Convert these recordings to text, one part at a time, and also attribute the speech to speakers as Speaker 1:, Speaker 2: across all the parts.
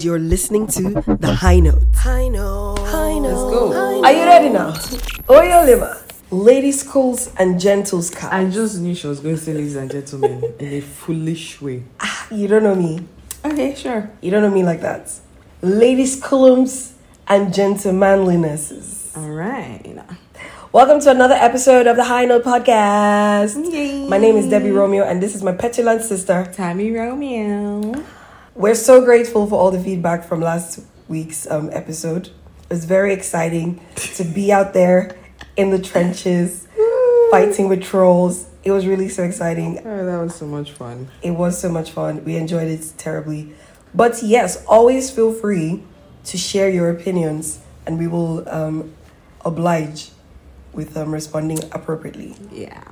Speaker 1: You're listening to The High Notes. High Notes. High Notes.
Speaker 2: Let's go. Are you ready now? Oyo Lima, ladies' schools and gentles car.
Speaker 3: I just knew she was going to say ladies and gentlemen in a foolish way.
Speaker 2: Ah, you don't know me.
Speaker 3: Okay, sure.
Speaker 2: You don't know me like that. Ladies' columns and gentlemanlinesses.
Speaker 3: All right.
Speaker 2: Welcome to another episode of the High Note Podcast. My name is Debbie Romeo, and this is my petulant sister.
Speaker 3: Tammy Romeo. Oh,
Speaker 2: We're so grateful for all the feedback from last week's um, episode. It's very exciting to be out there in the trenches, fighting with trolls. It was really so exciting.
Speaker 3: Oh, that was so much fun.
Speaker 2: It was so much fun. We enjoyed it terribly. But yes, always feel free to share your opinions, and we will um, oblige with um, responding appropriately.
Speaker 3: Yeah.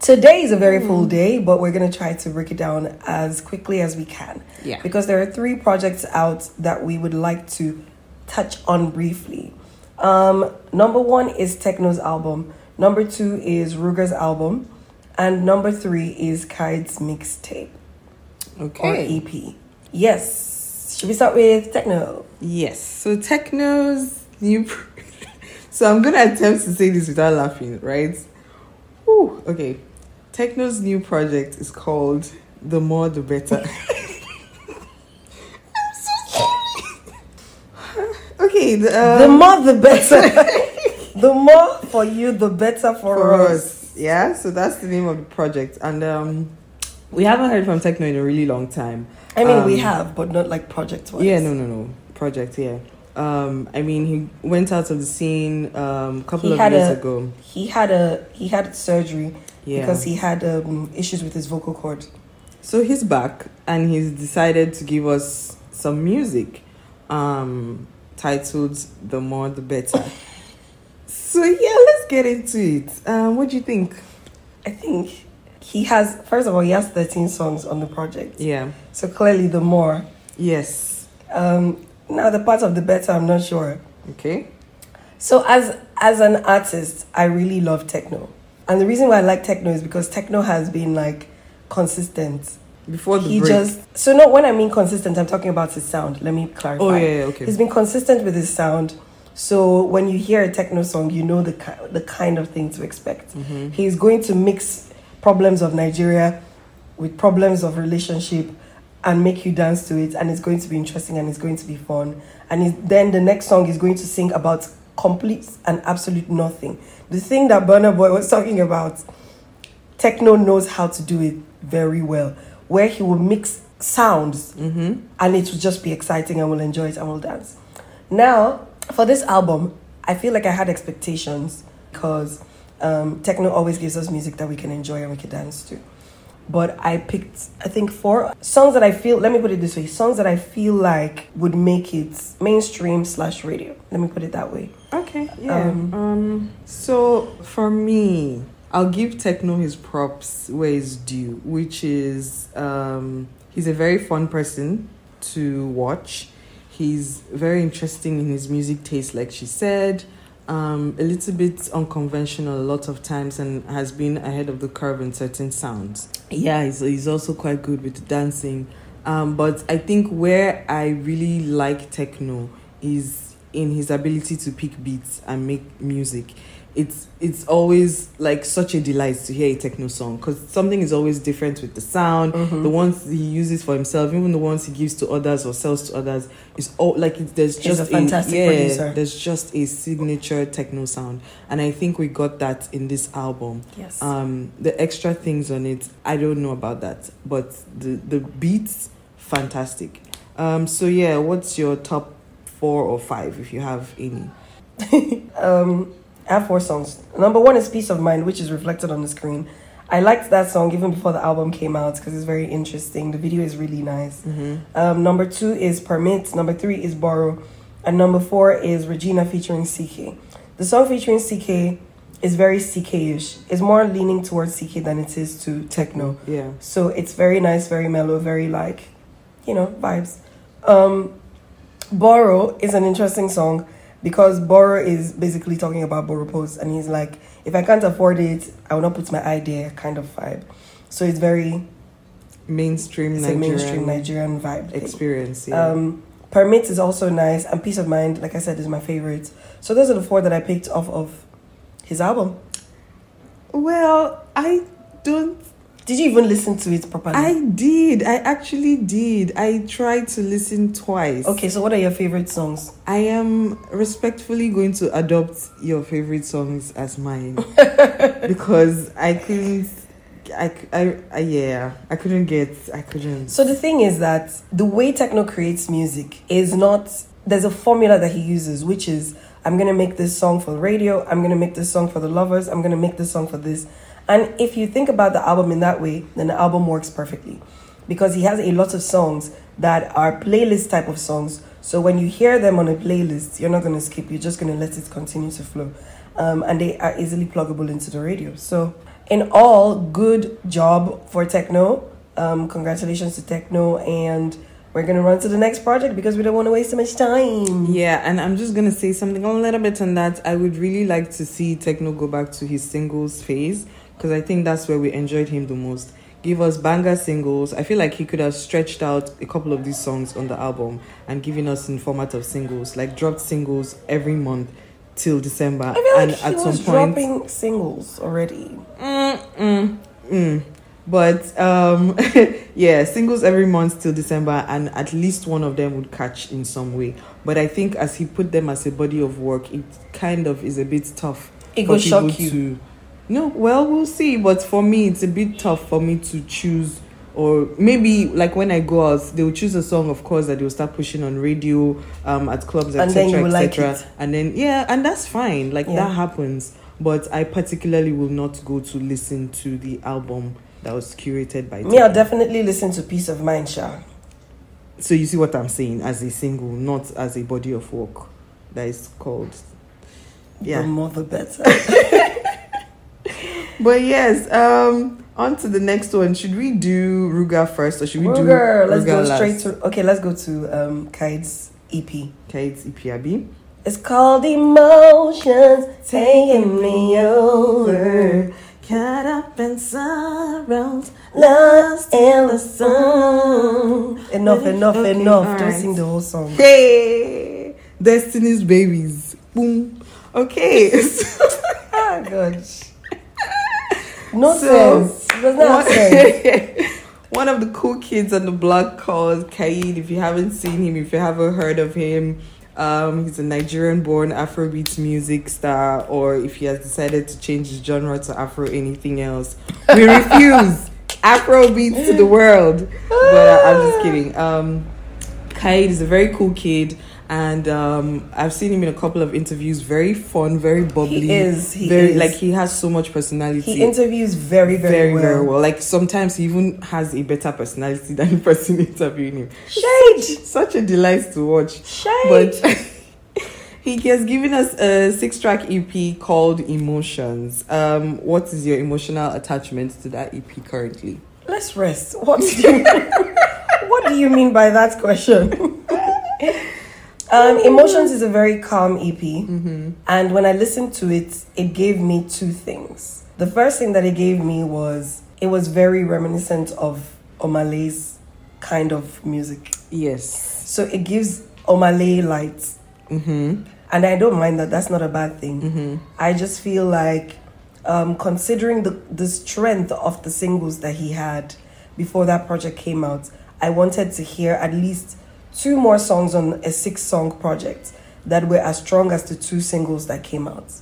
Speaker 2: Today is a very
Speaker 3: Mm.
Speaker 2: full day, but we're going to try to break it down as quickly as we can.
Speaker 3: Yeah.
Speaker 2: Because there are three projects out that we would like to touch on briefly. Um, number one is Techno's album, number two is Ruger's album, and number three is Kide's mixtape or
Speaker 3: Okay.
Speaker 2: EP. Yes. Should we start with Techno?
Speaker 3: Yes. So Techno's new. pr- so I'm gonna attempt to say this without laughing, right? Whew, okay. Techno's new project is called "The More the Better." I'm so sorry. okay. The, um,
Speaker 2: the more the better. the more for you, the better for,
Speaker 3: for
Speaker 2: us.
Speaker 3: us. Yeah, so that's the name of the project. And um, we haven't heard from Techno in a really long time.
Speaker 2: I mean, we
Speaker 3: Um,
Speaker 2: have, but not like project wise.
Speaker 3: Yeah, no, no, no. Project, yeah. Um, I mean, he went out of the scene um, a couple
Speaker 2: He
Speaker 3: of
Speaker 2: had
Speaker 3: years
Speaker 2: a-
Speaker 3: ago.
Speaker 2: He had a he had surgery
Speaker 3: Yeah.
Speaker 2: because he had um, issues with his vocal cord.
Speaker 3: So he's back and he's decided to give us some music um, titled The More the Better. so, yeah, let's get into it. Um, what do you think?
Speaker 2: I think he has first of all he has thirteen songs on the project.
Speaker 3: Yeah.
Speaker 2: So clearly the more.
Speaker 3: Yes.
Speaker 2: Um, now the part of the better I'm not sure.
Speaker 3: Okay.
Speaker 2: So as as an artist, I really love techno. And the reason why I like techno is because techno has been like consistent.
Speaker 3: Before the
Speaker 2: He
Speaker 3: break.
Speaker 2: just so no when I mean consistent, I'm talking about his sound. Let me clarify.
Speaker 3: oh, yeah, yeah, okay.
Speaker 2: He's been consistent with his sound. So when you hear a techno song, you know the ki- the kind of thing to expect.
Speaker 3: Mm-hmm.
Speaker 2: He's going to mix problems of Nigeria with problems of relationship and make you dance to it and it's going to be interesting and it's going to be fun. And he's, then the next song is going to sing about complete and absolute nothing. The thing that Burner Boy was talking about techno knows how to do it very well where he will mix sounds
Speaker 3: Mm-hmm.
Speaker 2: and it will just be exciting and we'll enjoy it and we'll dance now for this album i feel like i had expectations because um, techno always gives us music that we can enjoy and we can dance to but i picked i think four songs that i feel let me put it this way songs that i feel like would make it mainstream slash radio let me put it that way
Speaker 3: Okay, yeah.
Speaker 2: Um,
Speaker 3: Um, so for me, I'll give Techno his props where it's due, which is um, he's a very fun person to watch. He's very interesting in his music taste, like she said. Um, a little bit unconventional a lot of times and has been ahead of the curve in certain sounds. Yeah, he's, he's also quite good with dancing. Um, but I think where I really like techno is in his ability to pick beats and make music. It's it's always like such a delight to hear a techno song because something is always different with the sound, the ones he uses for himself, even the ones he gives to others or sells to others. It's all like it, there's
Speaker 2: He's
Speaker 3: just
Speaker 2: a fantastic
Speaker 3: yeah,
Speaker 2: producer.
Speaker 3: There's just a signature techno sound, and I think we got that in this album.
Speaker 2: yes
Speaker 3: Um, the extra things on it, I don't know about that, but the the beats, fantastic. Um, so yeah, what's your top four or five if you have any?
Speaker 2: um, I have four songs. Number one is Peace of Mind, which is reflected on the screen. I liked that song even before the album came out because it's very interesting. The video is really nice. Um, number two is Permit. Number three is Borrow. And number four is Regina featuring CK. The song featuring CK is very CK ish. It's more leaning towards CK than it is to techno.
Speaker 3: Yeah.
Speaker 2: So it's very nice, very mellow, very like, you know, vibes. Um, Borrow is an interesting song because Borrow is basically talking about borrow posts, and he's like, if I can't afford it, I will not put my eye there, kind of vibe. So it's very
Speaker 3: mainstream
Speaker 2: It's
Speaker 3: Nigerian
Speaker 2: a mainstream Nigerian vibe. thing.
Speaker 3: experience. Yeah.
Speaker 2: Um, Permit is also nice, and Peace of Mind, like I said, is my favorite. So those are the four that I picked off of his album.
Speaker 3: well, I don't
Speaker 2: Did you even listen to it properly?
Speaker 3: I did. I actually did. I tried to listen twice.
Speaker 2: okay, so what are your favorite songs?
Speaker 3: I am respectfully going to adopt your favorite songs as mine because I couldn't. I, c- I, I- yeah I couldn't get I couldn't
Speaker 2: So the thing is that the way techno creates music is not there's a formula that he uses, which is I'm gonna make this song for the radio, I'm gonna make this song for the lovers, I'm gonna make this song for this. And if you think about the album in that way, then the album works perfectly. Because he has a lot of songs that are playlist type of songs. So when you hear them on a playlist, you're not gonna skip, you're just gonna let it continue to flow. Um, and they are easily pluggable into the radio. So in all, good job for techno. Um, congratulations to Techno, and we're gonna run to the next project because we don't want to waste too much time.
Speaker 3: yeah and I'm just gonna say something a little bit on that I would really like to see Techno go back to his singles phase because I think that's where we enjoyed him the most give us banger singles I feel like he could have stretched out a couple of these songs on the album and given us in format of singles like dropped singles every month till December
Speaker 2: I feel like
Speaker 3: and
Speaker 2: he
Speaker 3: at
Speaker 2: was
Speaker 3: some point
Speaker 2: dropping singles already.
Speaker 3: Mm, mm, mm. But um, yeah, singles every month till December, and at least one of them would catch in some way. But I think as he put them as a body of work, it kind of is a bit tough.
Speaker 2: It
Speaker 3: for
Speaker 2: will
Speaker 3: people
Speaker 2: shock you.
Speaker 3: To, no, well, we'll see. But for me, it's a bit tough for me to choose. Or maybe like when I go out, they will choose a song, of course, that they will start pushing on radio, um, at clubs,
Speaker 2: And then you
Speaker 3: etc.,
Speaker 2: will like
Speaker 3: etc.
Speaker 2: it.
Speaker 3: and then yeah, and that's fine. Like
Speaker 2: Yeah.
Speaker 3: that happens. But I particularly will not go to listen to the album that was curated by.
Speaker 2: Me, I'll
Speaker 3: Tekno.
Speaker 2: definitely listen to Peace of Mind, Sha.
Speaker 3: So you see what I'm saying as a single, not as a body of work that is called.
Speaker 2: The
Speaker 3: Yeah.
Speaker 2: more the better.
Speaker 3: But yes, um, on to the next one. Should we do Ruga first, or should we do
Speaker 2: Ruger, let's
Speaker 3: Ruga
Speaker 2: go
Speaker 3: last?
Speaker 2: straight to. Okay, let's go to um, Kaid's EP.
Speaker 3: Okay, it's Ipiabi.
Speaker 2: It's called Emotions Taking Me Over.
Speaker 3: Caught up in sorrows,
Speaker 2: Lost in the sun. Enough, enough,
Speaker 3: Okay,
Speaker 2: enough.
Speaker 3: all
Speaker 2: Don't
Speaker 3: right.
Speaker 2: sing the whole song.
Speaker 3: Hey, Destiny's Babies. Boom. Okay. so-
Speaker 2: Ah, gosh. No
Speaker 3: So,
Speaker 2: sense. It does not have
Speaker 3: one,
Speaker 2: sense.
Speaker 3: one of the cool kids on the block called Kaid. If you haven't seen him, if you haven't heard of him, um, he's a Nigerian born Afrobeat music star, or if he has decided to change his genre to Afro anything else, we refuse. Afrobeat to the world. But uh, I'm just kidding. Um, Kaid is a very cool kid. And um, I've seen him in a couple of interviews. Very fun, very bubbly.
Speaker 2: is, he
Speaker 3: very
Speaker 2: is.
Speaker 3: like he has so much personality
Speaker 2: He interviews very, very,
Speaker 3: very,
Speaker 2: well.
Speaker 3: very well. Like sometimes he even has a better personality than the person interviewing him.
Speaker 2: Shade!
Speaker 3: Such a delight to watch.
Speaker 2: Shade!
Speaker 3: But he has given us a six-track EP called Emotions. Um, what is your emotional attachment to that EP currently?
Speaker 2: Let's rest. What do you, what do you mean by that question? um, Emotions is a very calm EP,
Speaker 3: Mm-hmm.
Speaker 2: and when I listened to it, it gave me two things. The first thing that it gave me was it was very reminiscent of Omale's kind of music.
Speaker 3: Yes.
Speaker 2: So it gives Omale lights.
Speaker 3: Mm-hmm.
Speaker 2: And I don't mind that. That's not a bad thing. I just feel like, um, considering the, the strength of the singles that he had before that project came out, I wanted to hear at least two more songs on a six song project that were as strong as the two singles that came out.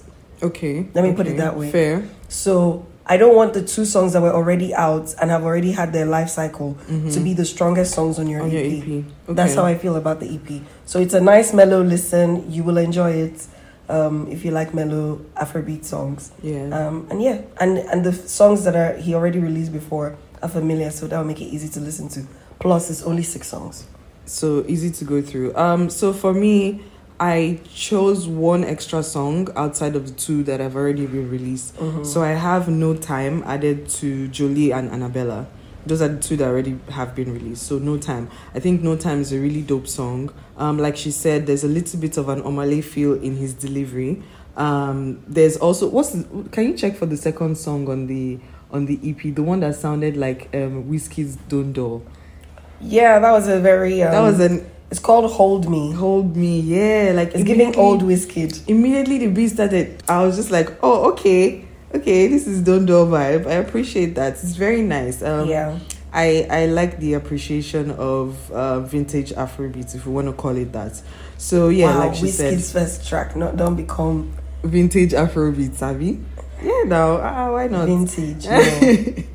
Speaker 3: Okay.
Speaker 2: Let me put it
Speaker 3: Okay.
Speaker 2: that way.
Speaker 3: Fair.
Speaker 2: So I don't want the two songs that were already out and have already had their life cycle to be the strongest songs on your
Speaker 3: Mm-hmm.
Speaker 2: E
Speaker 3: On
Speaker 2: EP.
Speaker 3: your E EP.
Speaker 2: That's
Speaker 3: Okay.
Speaker 2: how I feel about the EP. So it's a nice mellow listen. You will enjoy it um, if you like mellow Afrobeat songs.
Speaker 3: Yeah.
Speaker 2: Um, and yeah, and and the f- songs that are he already released before are familiar, so that will make it easy to listen to. Plus, it's only six songs.
Speaker 3: so easy to go through um so for me i chose one extra song outside of the two that i've already been released so i have no time added to jolie and annabella those are the two that already have been released so no time i think no time is a really dope song um like she said there's a little bit of an omale feel in his delivery um there's also what's the, can you check for the second song on the on the EP, the one that sounded like um, Whiskey's Don't Door.
Speaker 2: Yeah, that was a very. Um,
Speaker 3: that was an
Speaker 2: It's called Hold Me.
Speaker 3: hold me, yeah, like
Speaker 2: It's giving
Speaker 3: immediately-
Speaker 2: old whiskey.
Speaker 3: Immediately the beat started. I was just like, oh, okay, okay, this is Don't Door vibe. I appreciate that. It's very nice. Um,
Speaker 2: yeah.
Speaker 3: I, I like the appreciation of uh, vintage Afrobeats, if you want to call it that. So yeah,
Speaker 2: wow,
Speaker 3: like she said,
Speaker 2: Whiskey's first track. Not don't become
Speaker 3: vintage Afrobeats, Savi. Yeah, now uh, why not?
Speaker 2: vintage.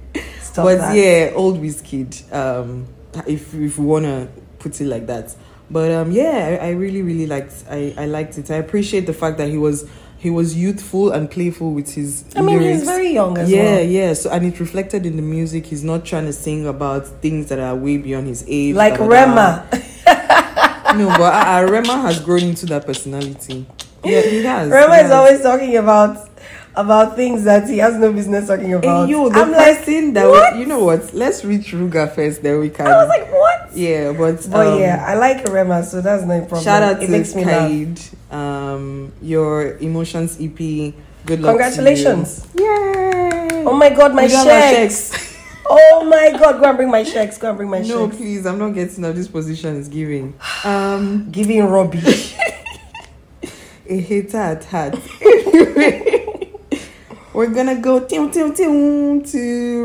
Speaker 2: No. Stop
Speaker 3: but
Speaker 2: that.
Speaker 3: yeah, old whiskey. Um, if if you wanna put it like that. But um, yeah, I, I really really liked. I I liked it. I appreciate the fact that he was he was youthful and playful with his.
Speaker 2: I mean,
Speaker 3: lyrics.
Speaker 2: he's very young as
Speaker 3: yeah,
Speaker 2: well.
Speaker 3: yeah. So and it reflected in the music. He's not trying to sing about things that are way beyond his age.
Speaker 2: Like
Speaker 3: da, da, da.
Speaker 2: Rema.
Speaker 3: No, but uh, uh, Rema has grown into that personality. Yeah, he has.
Speaker 2: Rema is
Speaker 3: he has.
Speaker 2: always talking about about things that he has no business talking about.
Speaker 3: Hey, yo, the
Speaker 2: I'm like,
Speaker 3: person that
Speaker 2: what?
Speaker 3: we, you know what? Let's reach Ruga first, then we can.
Speaker 2: I was like, what?
Speaker 3: yeah, but
Speaker 2: But
Speaker 3: um,
Speaker 2: yeah, I like Rema, so that's no problem.
Speaker 3: Shout out
Speaker 2: it
Speaker 3: to
Speaker 2: makes me laugh.
Speaker 3: Kaid. Um, your emotions EP. Good luck.
Speaker 2: Congratulations!
Speaker 3: To you. Yay!
Speaker 2: Oh my god, my
Speaker 3: We don't have
Speaker 2: checks! Oh my god, go and bring my checks. Go and bring my
Speaker 3: No,
Speaker 2: checks.
Speaker 3: please. I'm not getting out. This position is giving. Um,
Speaker 2: Giving rubbish.
Speaker 3: a hater at heart. Anyway, we're gonna go tim tim tim to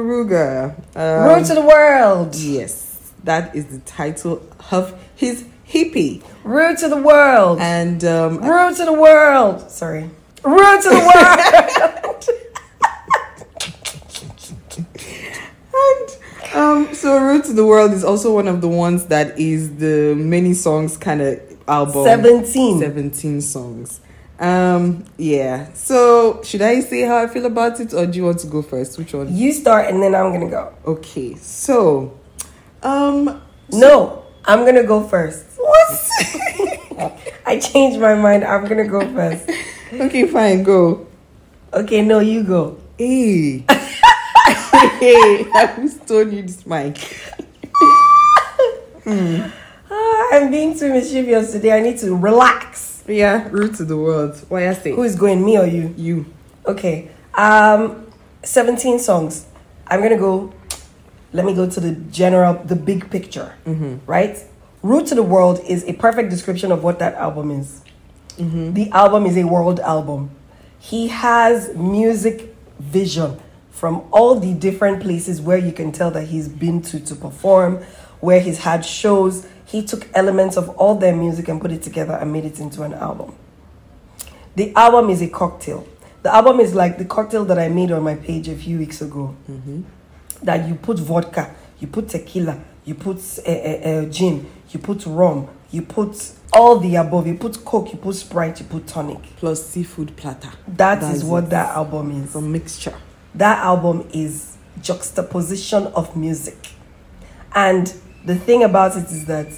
Speaker 3: Ruga. Um,
Speaker 2: Road to the world.
Speaker 3: yes, that is the title of his hippie.
Speaker 2: Road to the world.
Speaker 3: And um,
Speaker 2: Road to the world. Sorry. Road to the world.
Speaker 3: And um, so Road to the World is also one of the ones that is the many songs kind of album.
Speaker 2: 17.
Speaker 3: 17 songs. Um, yeah. So should I say how I feel about it or do you want to go first? Which one?
Speaker 2: You start and then I'm going to go.
Speaker 3: Okay. So, um,
Speaker 2: No, I'm going to go first.
Speaker 3: what?
Speaker 2: I changed my mind. I'm going to go first.
Speaker 3: okay, fine, go.
Speaker 2: Okay, no, you go.
Speaker 3: Hey. hey, I've stolen you this mic.
Speaker 2: Ah, I'm being too mischievous today. I need to relax.
Speaker 3: Yeah, Road to the World. Why I say
Speaker 2: Who is going, me or you?
Speaker 3: you.
Speaker 2: Okay. Um, 17 songs. I'm going to go. Let me go to the general, the big picture. Right? Root to the World is a perfect description of what that album is. The album is a world album. He has music vision from all the different places where you can tell that he's been to to perform, where he's had shows. He took elements of all their music and put it together and made it into an album. The album is a cocktail. The album is like the cocktail that I made on my page a few weeks ago.
Speaker 3: Mm-hmm.
Speaker 2: That you put vodka, you put tequila, you put uh, uh, uh, gin, you put rum, you put all the above. You put coke, you put sprite, you put tonic.
Speaker 3: Plus seafood platter.
Speaker 2: that
Speaker 3: That
Speaker 2: is,
Speaker 3: is
Speaker 2: what
Speaker 3: it.
Speaker 2: that album is.
Speaker 3: It's a mixture.
Speaker 2: That album is juxtaposition of music. And the thing about it is that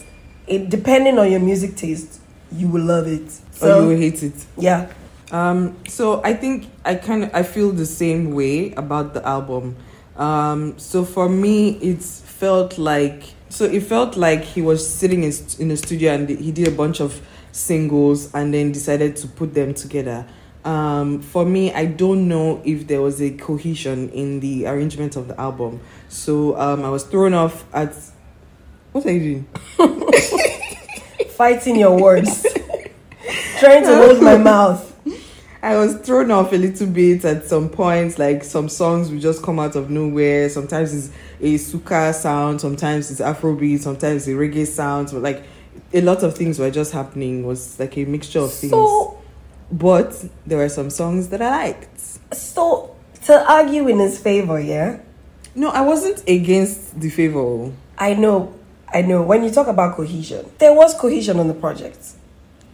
Speaker 2: it depending on your music taste, you will love it.
Speaker 3: or
Speaker 2: So
Speaker 3: Oh, you will hate it.
Speaker 2: yeah.
Speaker 3: Um, so I think I kind of I feel the same way about the album. Um, so for me, it's felt like so it felt like he was sitting in, st- in a studio and he did a bunch of singles and then decided to put them together. Um, for me, I don't know if there was a cohesion in the arrangement of the album. So um, I was thrown off at what are you doing?
Speaker 2: Fighting your words. Trying to hold my mouth.
Speaker 3: I was thrown off a little bit at some points. Like some songs would just come out of nowhere. Sometimes it's a suka sound, sometimes it's Afrobeat, sometimes it's a reggae sound. But like a lot of things were just happening. It was like a mixture of things.
Speaker 2: So
Speaker 3: but there were some songs that I liked.
Speaker 2: so to argue in his favor, yeah?
Speaker 3: No, I wasn't against the favor
Speaker 2: I know I know when you talk about cohesion, there was cohesion on the project.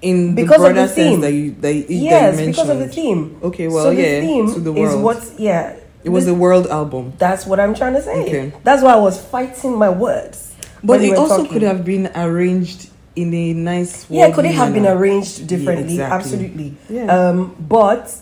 Speaker 3: in the
Speaker 2: Because of the
Speaker 3: broader sense
Speaker 2: theme.
Speaker 3: that you that you, that you
Speaker 2: yes,
Speaker 3: mentioned.
Speaker 2: because of the theme.
Speaker 3: Okay, well,
Speaker 2: so the
Speaker 3: yeah,
Speaker 2: theme
Speaker 3: to the
Speaker 2: is
Speaker 3: world.
Speaker 2: what yeah.
Speaker 3: It was
Speaker 2: the-
Speaker 3: a world album.
Speaker 2: That's what I'm trying to say.
Speaker 3: Okay.
Speaker 2: That's why I was fighting my words.
Speaker 3: But
Speaker 2: when you
Speaker 3: it
Speaker 2: were
Speaker 3: also
Speaker 2: talking.
Speaker 3: could have been arranged in a nice
Speaker 2: Yeah, could it have been
Speaker 3: arranged?
Speaker 2: arranged differently?
Speaker 3: exactly.
Speaker 2: Absolutely.
Speaker 3: Yeah.
Speaker 2: Um, but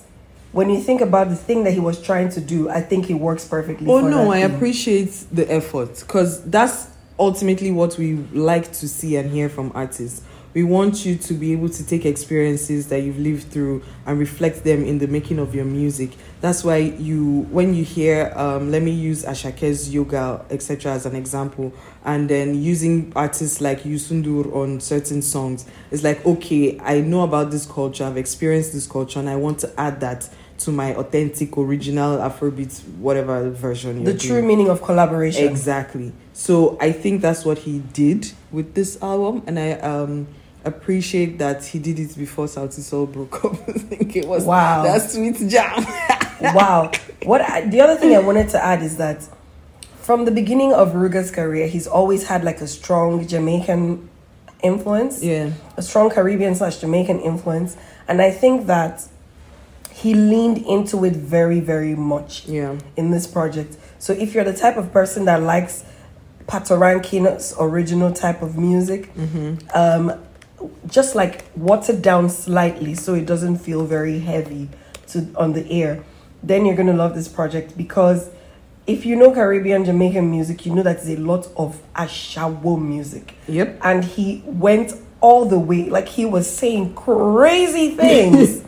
Speaker 2: when you think about the thing that he was trying to do, I think it works perfectly.
Speaker 3: Oh
Speaker 2: for
Speaker 3: no,
Speaker 2: that
Speaker 3: I
Speaker 2: theme.
Speaker 3: appreciate the effort because that's ultimately what we like to see and hear from artists. We want you to be able to take experiences that you've lived through and reflect them in the making of your music. That's why you, when you hear, um, let me use Ashake's yoga, etc., as an example, and then using artists like Yusundur on certain songs, it's like, okay, I know about this culture, I've experienced this culture, and I want to add that to my authentic, original Afrobeat, whatever version.
Speaker 2: The
Speaker 3: you're
Speaker 2: true
Speaker 3: doing.
Speaker 2: meaning of collaboration.
Speaker 3: Exactly. So I think that's what he did with this album, and I um appreciate that he did it before South Soul broke up. I think it was
Speaker 2: Wow.
Speaker 3: that sweet jam.
Speaker 2: wow. What I, the other thing I wanted to add is that from the beginning of Ruga's career, he's always had like a strong Jamaican influence,
Speaker 3: yeah,
Speaker 2: a strong Caribbean slash Jamaican influence, and I think that he leaned into it very, very much
Speaker 3: yeah,
Speaker 2: in this project. So if you're the type of person that likes Patorankin's original type of music, um, just like watered down slightly so it doesn't feel very heavy to on the air, then you're gonna love this project because if you know Caribbean Jamaican music, you know that is a lot of Ashawo music.
Speaker 3: Yep.
Speaker 2: And he went all the way, like he was saying crazy things.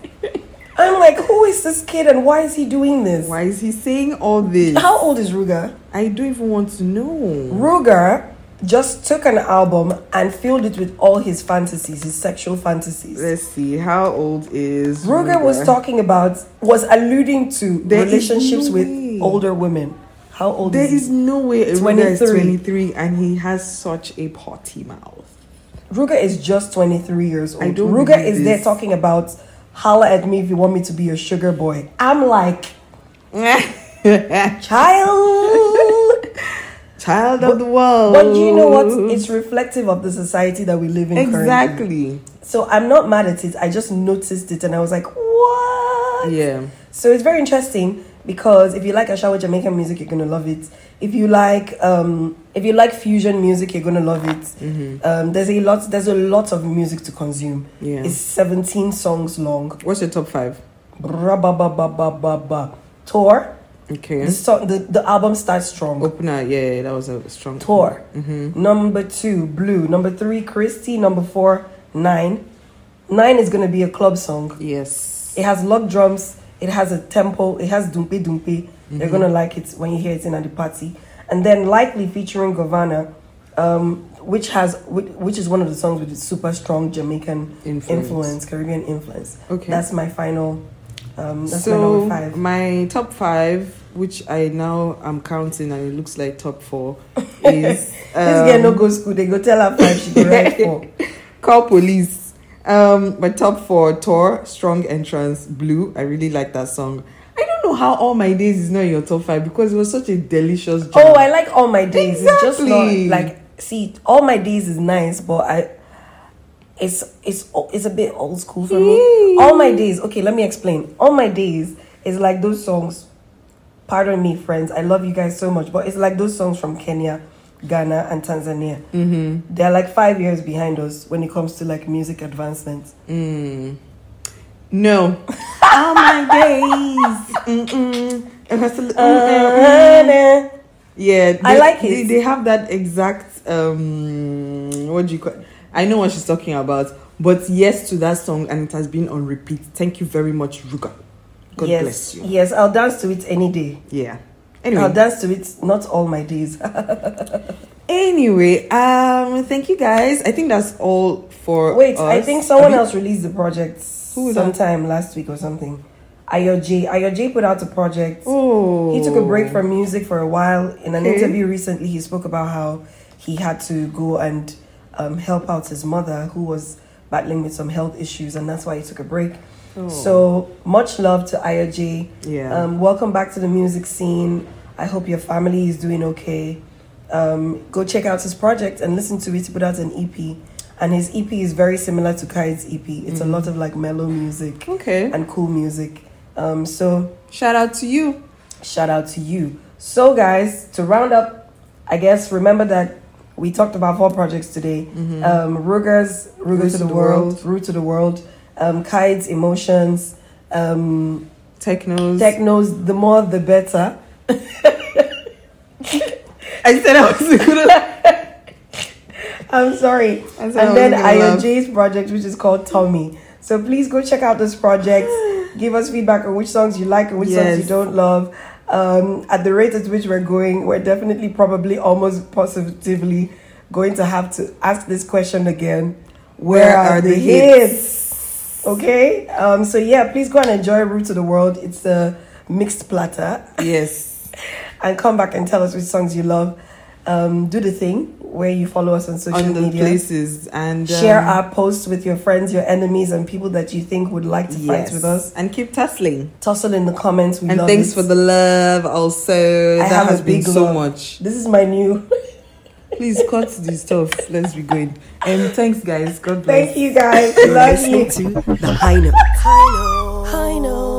Speaker 2: I'm like, who is this kid and why is he doing this?
Speaker 3: Why is he saying all this?
Speaker 2: How old is Ruger?
Speaker 3: I don't even want to know.
Speaker 2: Ruger just took an album and filled it with all his fantasies, his sexual fantasies.
Speaker 3: Let's see. How old is
Speaker 2: Ruger was talking about, was alluding to
Speaker 3: There is
Speaker 2: relationships
Speaker 3: no
Speaker 2: with
Speaker 3: way.
Speaker 2: older women. How old
Speaker 3: There
Speaker 2: is he?
Speaker 3: is no way a Ruga is
Speaker 2: 23.
Speaker 3: 23 and he has such a potty mouth.
Speaker 2: Ruger is just 23 years old.
Speaker 3: I don't
Speaker 2: Ruger
Speaker 3: believe
Speaker 2: is there
Speaker 3: this.
Speaker 2: talking about, holla at me if you want me to be your sugar boy. I'm like, child.
Speaker 3: Child of the world.
Speaker 2: but do you know what? It's reflective of the society that we live in currently.
Speaker 3: exactly.
Speaker 2: So I'm not mad at it. I just noticed it and I was like, what?
Speaker 3: Yeah.
Speaker 2: So it's very interesting because if you like Ashawa Jamaican music, you're gonna love it. If you like um, if you like fusion music, you're gonna love it.
Speaker 3: Mm-hmm.
Speaker 2: Um, there's a lot there's a lot of music to consume.
Speaker 3: Yeah.
Speaker 2: It's 17 songs long.
Speaker 3: What's your top five?
Speaker 2: Bra ba ba ba ba ba ba. Tour.
Speaker 3: Okay.
Speaker 2: The, song, the the album starts strong.
Speaker 3: Opener, yeah, yeah, that was a strong
Speaker 2: Tour. Number two, Blue. Number three, Christy. Number four, Nine. Nine is gonna be a club song.
Speaker 3: Mm-hmm. Yes.
Speaker 2: It has log drums. It has a tempo. It has dumpe dumpe.
Speaker 3: Mm-hmm.
Speaker 2: You're gonna like it when you hear it in at the party. And then likely featuring Govana, um, which has whi- which is one of the songs with super strong Jamaican influence,
Speaker 3: Influence.
Speaker 2: Caribbean influence.
Speaker 3: Okay.
Speaker 2: that's my final. Um, that's
Speaker 3: so
Speaker 2: my number five.
Speaker 3: my top five, which I now am counting and it looks like top four, is um,
Speaker 2: this girl no go school. They go tell her five. She go write four.
Speaker 3: Call Police. Um, my top four tour, strong entrance, blue. I really like that song. I don't know how all my days is not in your top five because it was such a delicious jam.
Speaker 2: Oh, I like all my days. It's just not
Speaker 3: Exactly.
Speaker 2: like see all my days is nice, but I it's it's o- it's a bit old school for me.
Speaker 3: Mm.
Speaker 2: All my days. Okay, let me explain. All my days is like those songs. Pardon me, friends. I love you guys so much, but it's like those songs from Kenya, Ghana, and Tanzania. Mm-hmm. They're like five years behind us when it comes to like music advancements.
Speaker 3: Mm. No. all my days. Mm-mm. It has to-
Speaker 2: Uh-huh.
Speaker 3: mm-mm.
Speaker 2: Uh,
Speaker 3: Mm-hmm. Yeah, they,
Speaker 2: I like
Speaker 3: They,
Speaker 2: it.
Speaker 3: they have that exact um, what do you call? I know what she's talking about, but yes to that song, and it has been on repeat. Thank you very much, Ruga. God
Speaker 2: yes,
Speaker 3: bless you.
Speaker 2: Yes, I'll dance to it any day.
Speaker 3: Yeah. Anyway,
Speaker 2: I'll dance to it. Not all my days.
Speaker 3: anyway, um, thank you guys. I think that's all for.
Speaker 2: Wait, I
Speaker 3: us.
Speaker 2: think someone
Speaker 3: Have you-
Speaker 2: else released the project
Speaker 3: Who is that?
Speaker 2: sometime last week or something. Ayo J. Ayo J put out a project.
Speaker 3: Oh,
Speaker 2: He took a break from music for a while. In an
Speaker 3: Okay.
Speaker 2: interview recently, he spoke about how he had to go and um, help out his mother who was battling with some health issues, and that's why he took a break.
Speaker 3: Oh.
Speaker 2: So much love to Ayo J.
Speaker 3: Yeah.
Speaker 2: Um, welcome back to the music scene. I hope your family is doing okay. Um, go check out his project and listen to it. He put out an EP, and his EP is very similar to Kai's EP. It's a lot of like mellow music
Speaker 3: Okay.
Speaker 2: and cool music. Um, so
Speaker 3: Shout out to you.
Speaker 2: shout out to you. So, guys, to round up, I guess remember that we talked about four projects today. Um, Ruger's Ruger to, the, world, Root to the World, um, Kide's Emotions, um,
Speaker 3: Technos.
Speaker 2: Techno's The More The Better.
Speaker 3: I said I was good.
Speaker 2: I'm sorry.
Speaker 3: And
Speaker 2: and then Ayo J's project, which is called Tommy. So please go check out this project. Give us feedback on which songs you like and which songs you
Speaker 3: Yes.
Speaker 2: don't love. Um, at the rate at which we're going, we're definitely, probably, almost positively going to have to ask this question again. Where, are, the, hits? Okay. Um, so yeah, please go and enjoy Route to the World. It's a mixed platter,
Speaker 3: Yes.
Speaker 2: and come back and tell us which songs you love. Um, do the thing where you follow us on social
Speaker 3: On the
Speaker 2: media.
Speaker 3: places and um,
Speaker 2: Share our posts with your friends, your enemies, and people that you think would like to
Speaker 3: yes.
Speaker 2: fight with us.
Speaker 3: and keep tussling.
Speaker 2: Tussle in the comments. We
Speaker 3: and
Speaker 2: love
Speaker 3: thanks
Speaker 2: it.
Speaker 3: for the love. Also,
Speaker 2: I
Speaker 3: that
Speaker 2: have a
Speaker 3: has been
Speaker 2: big
Speaker 3: so
Speaker 2: love.
Speaker 3: much.
Speaker 2: This is my new.
Speaker 3: Please cut this stuff. Let's be going. Um, thanks, guys. God bless.
Speaker 2: Thank you guys. Love you.
Speaker 1: to the high note. High note. High note.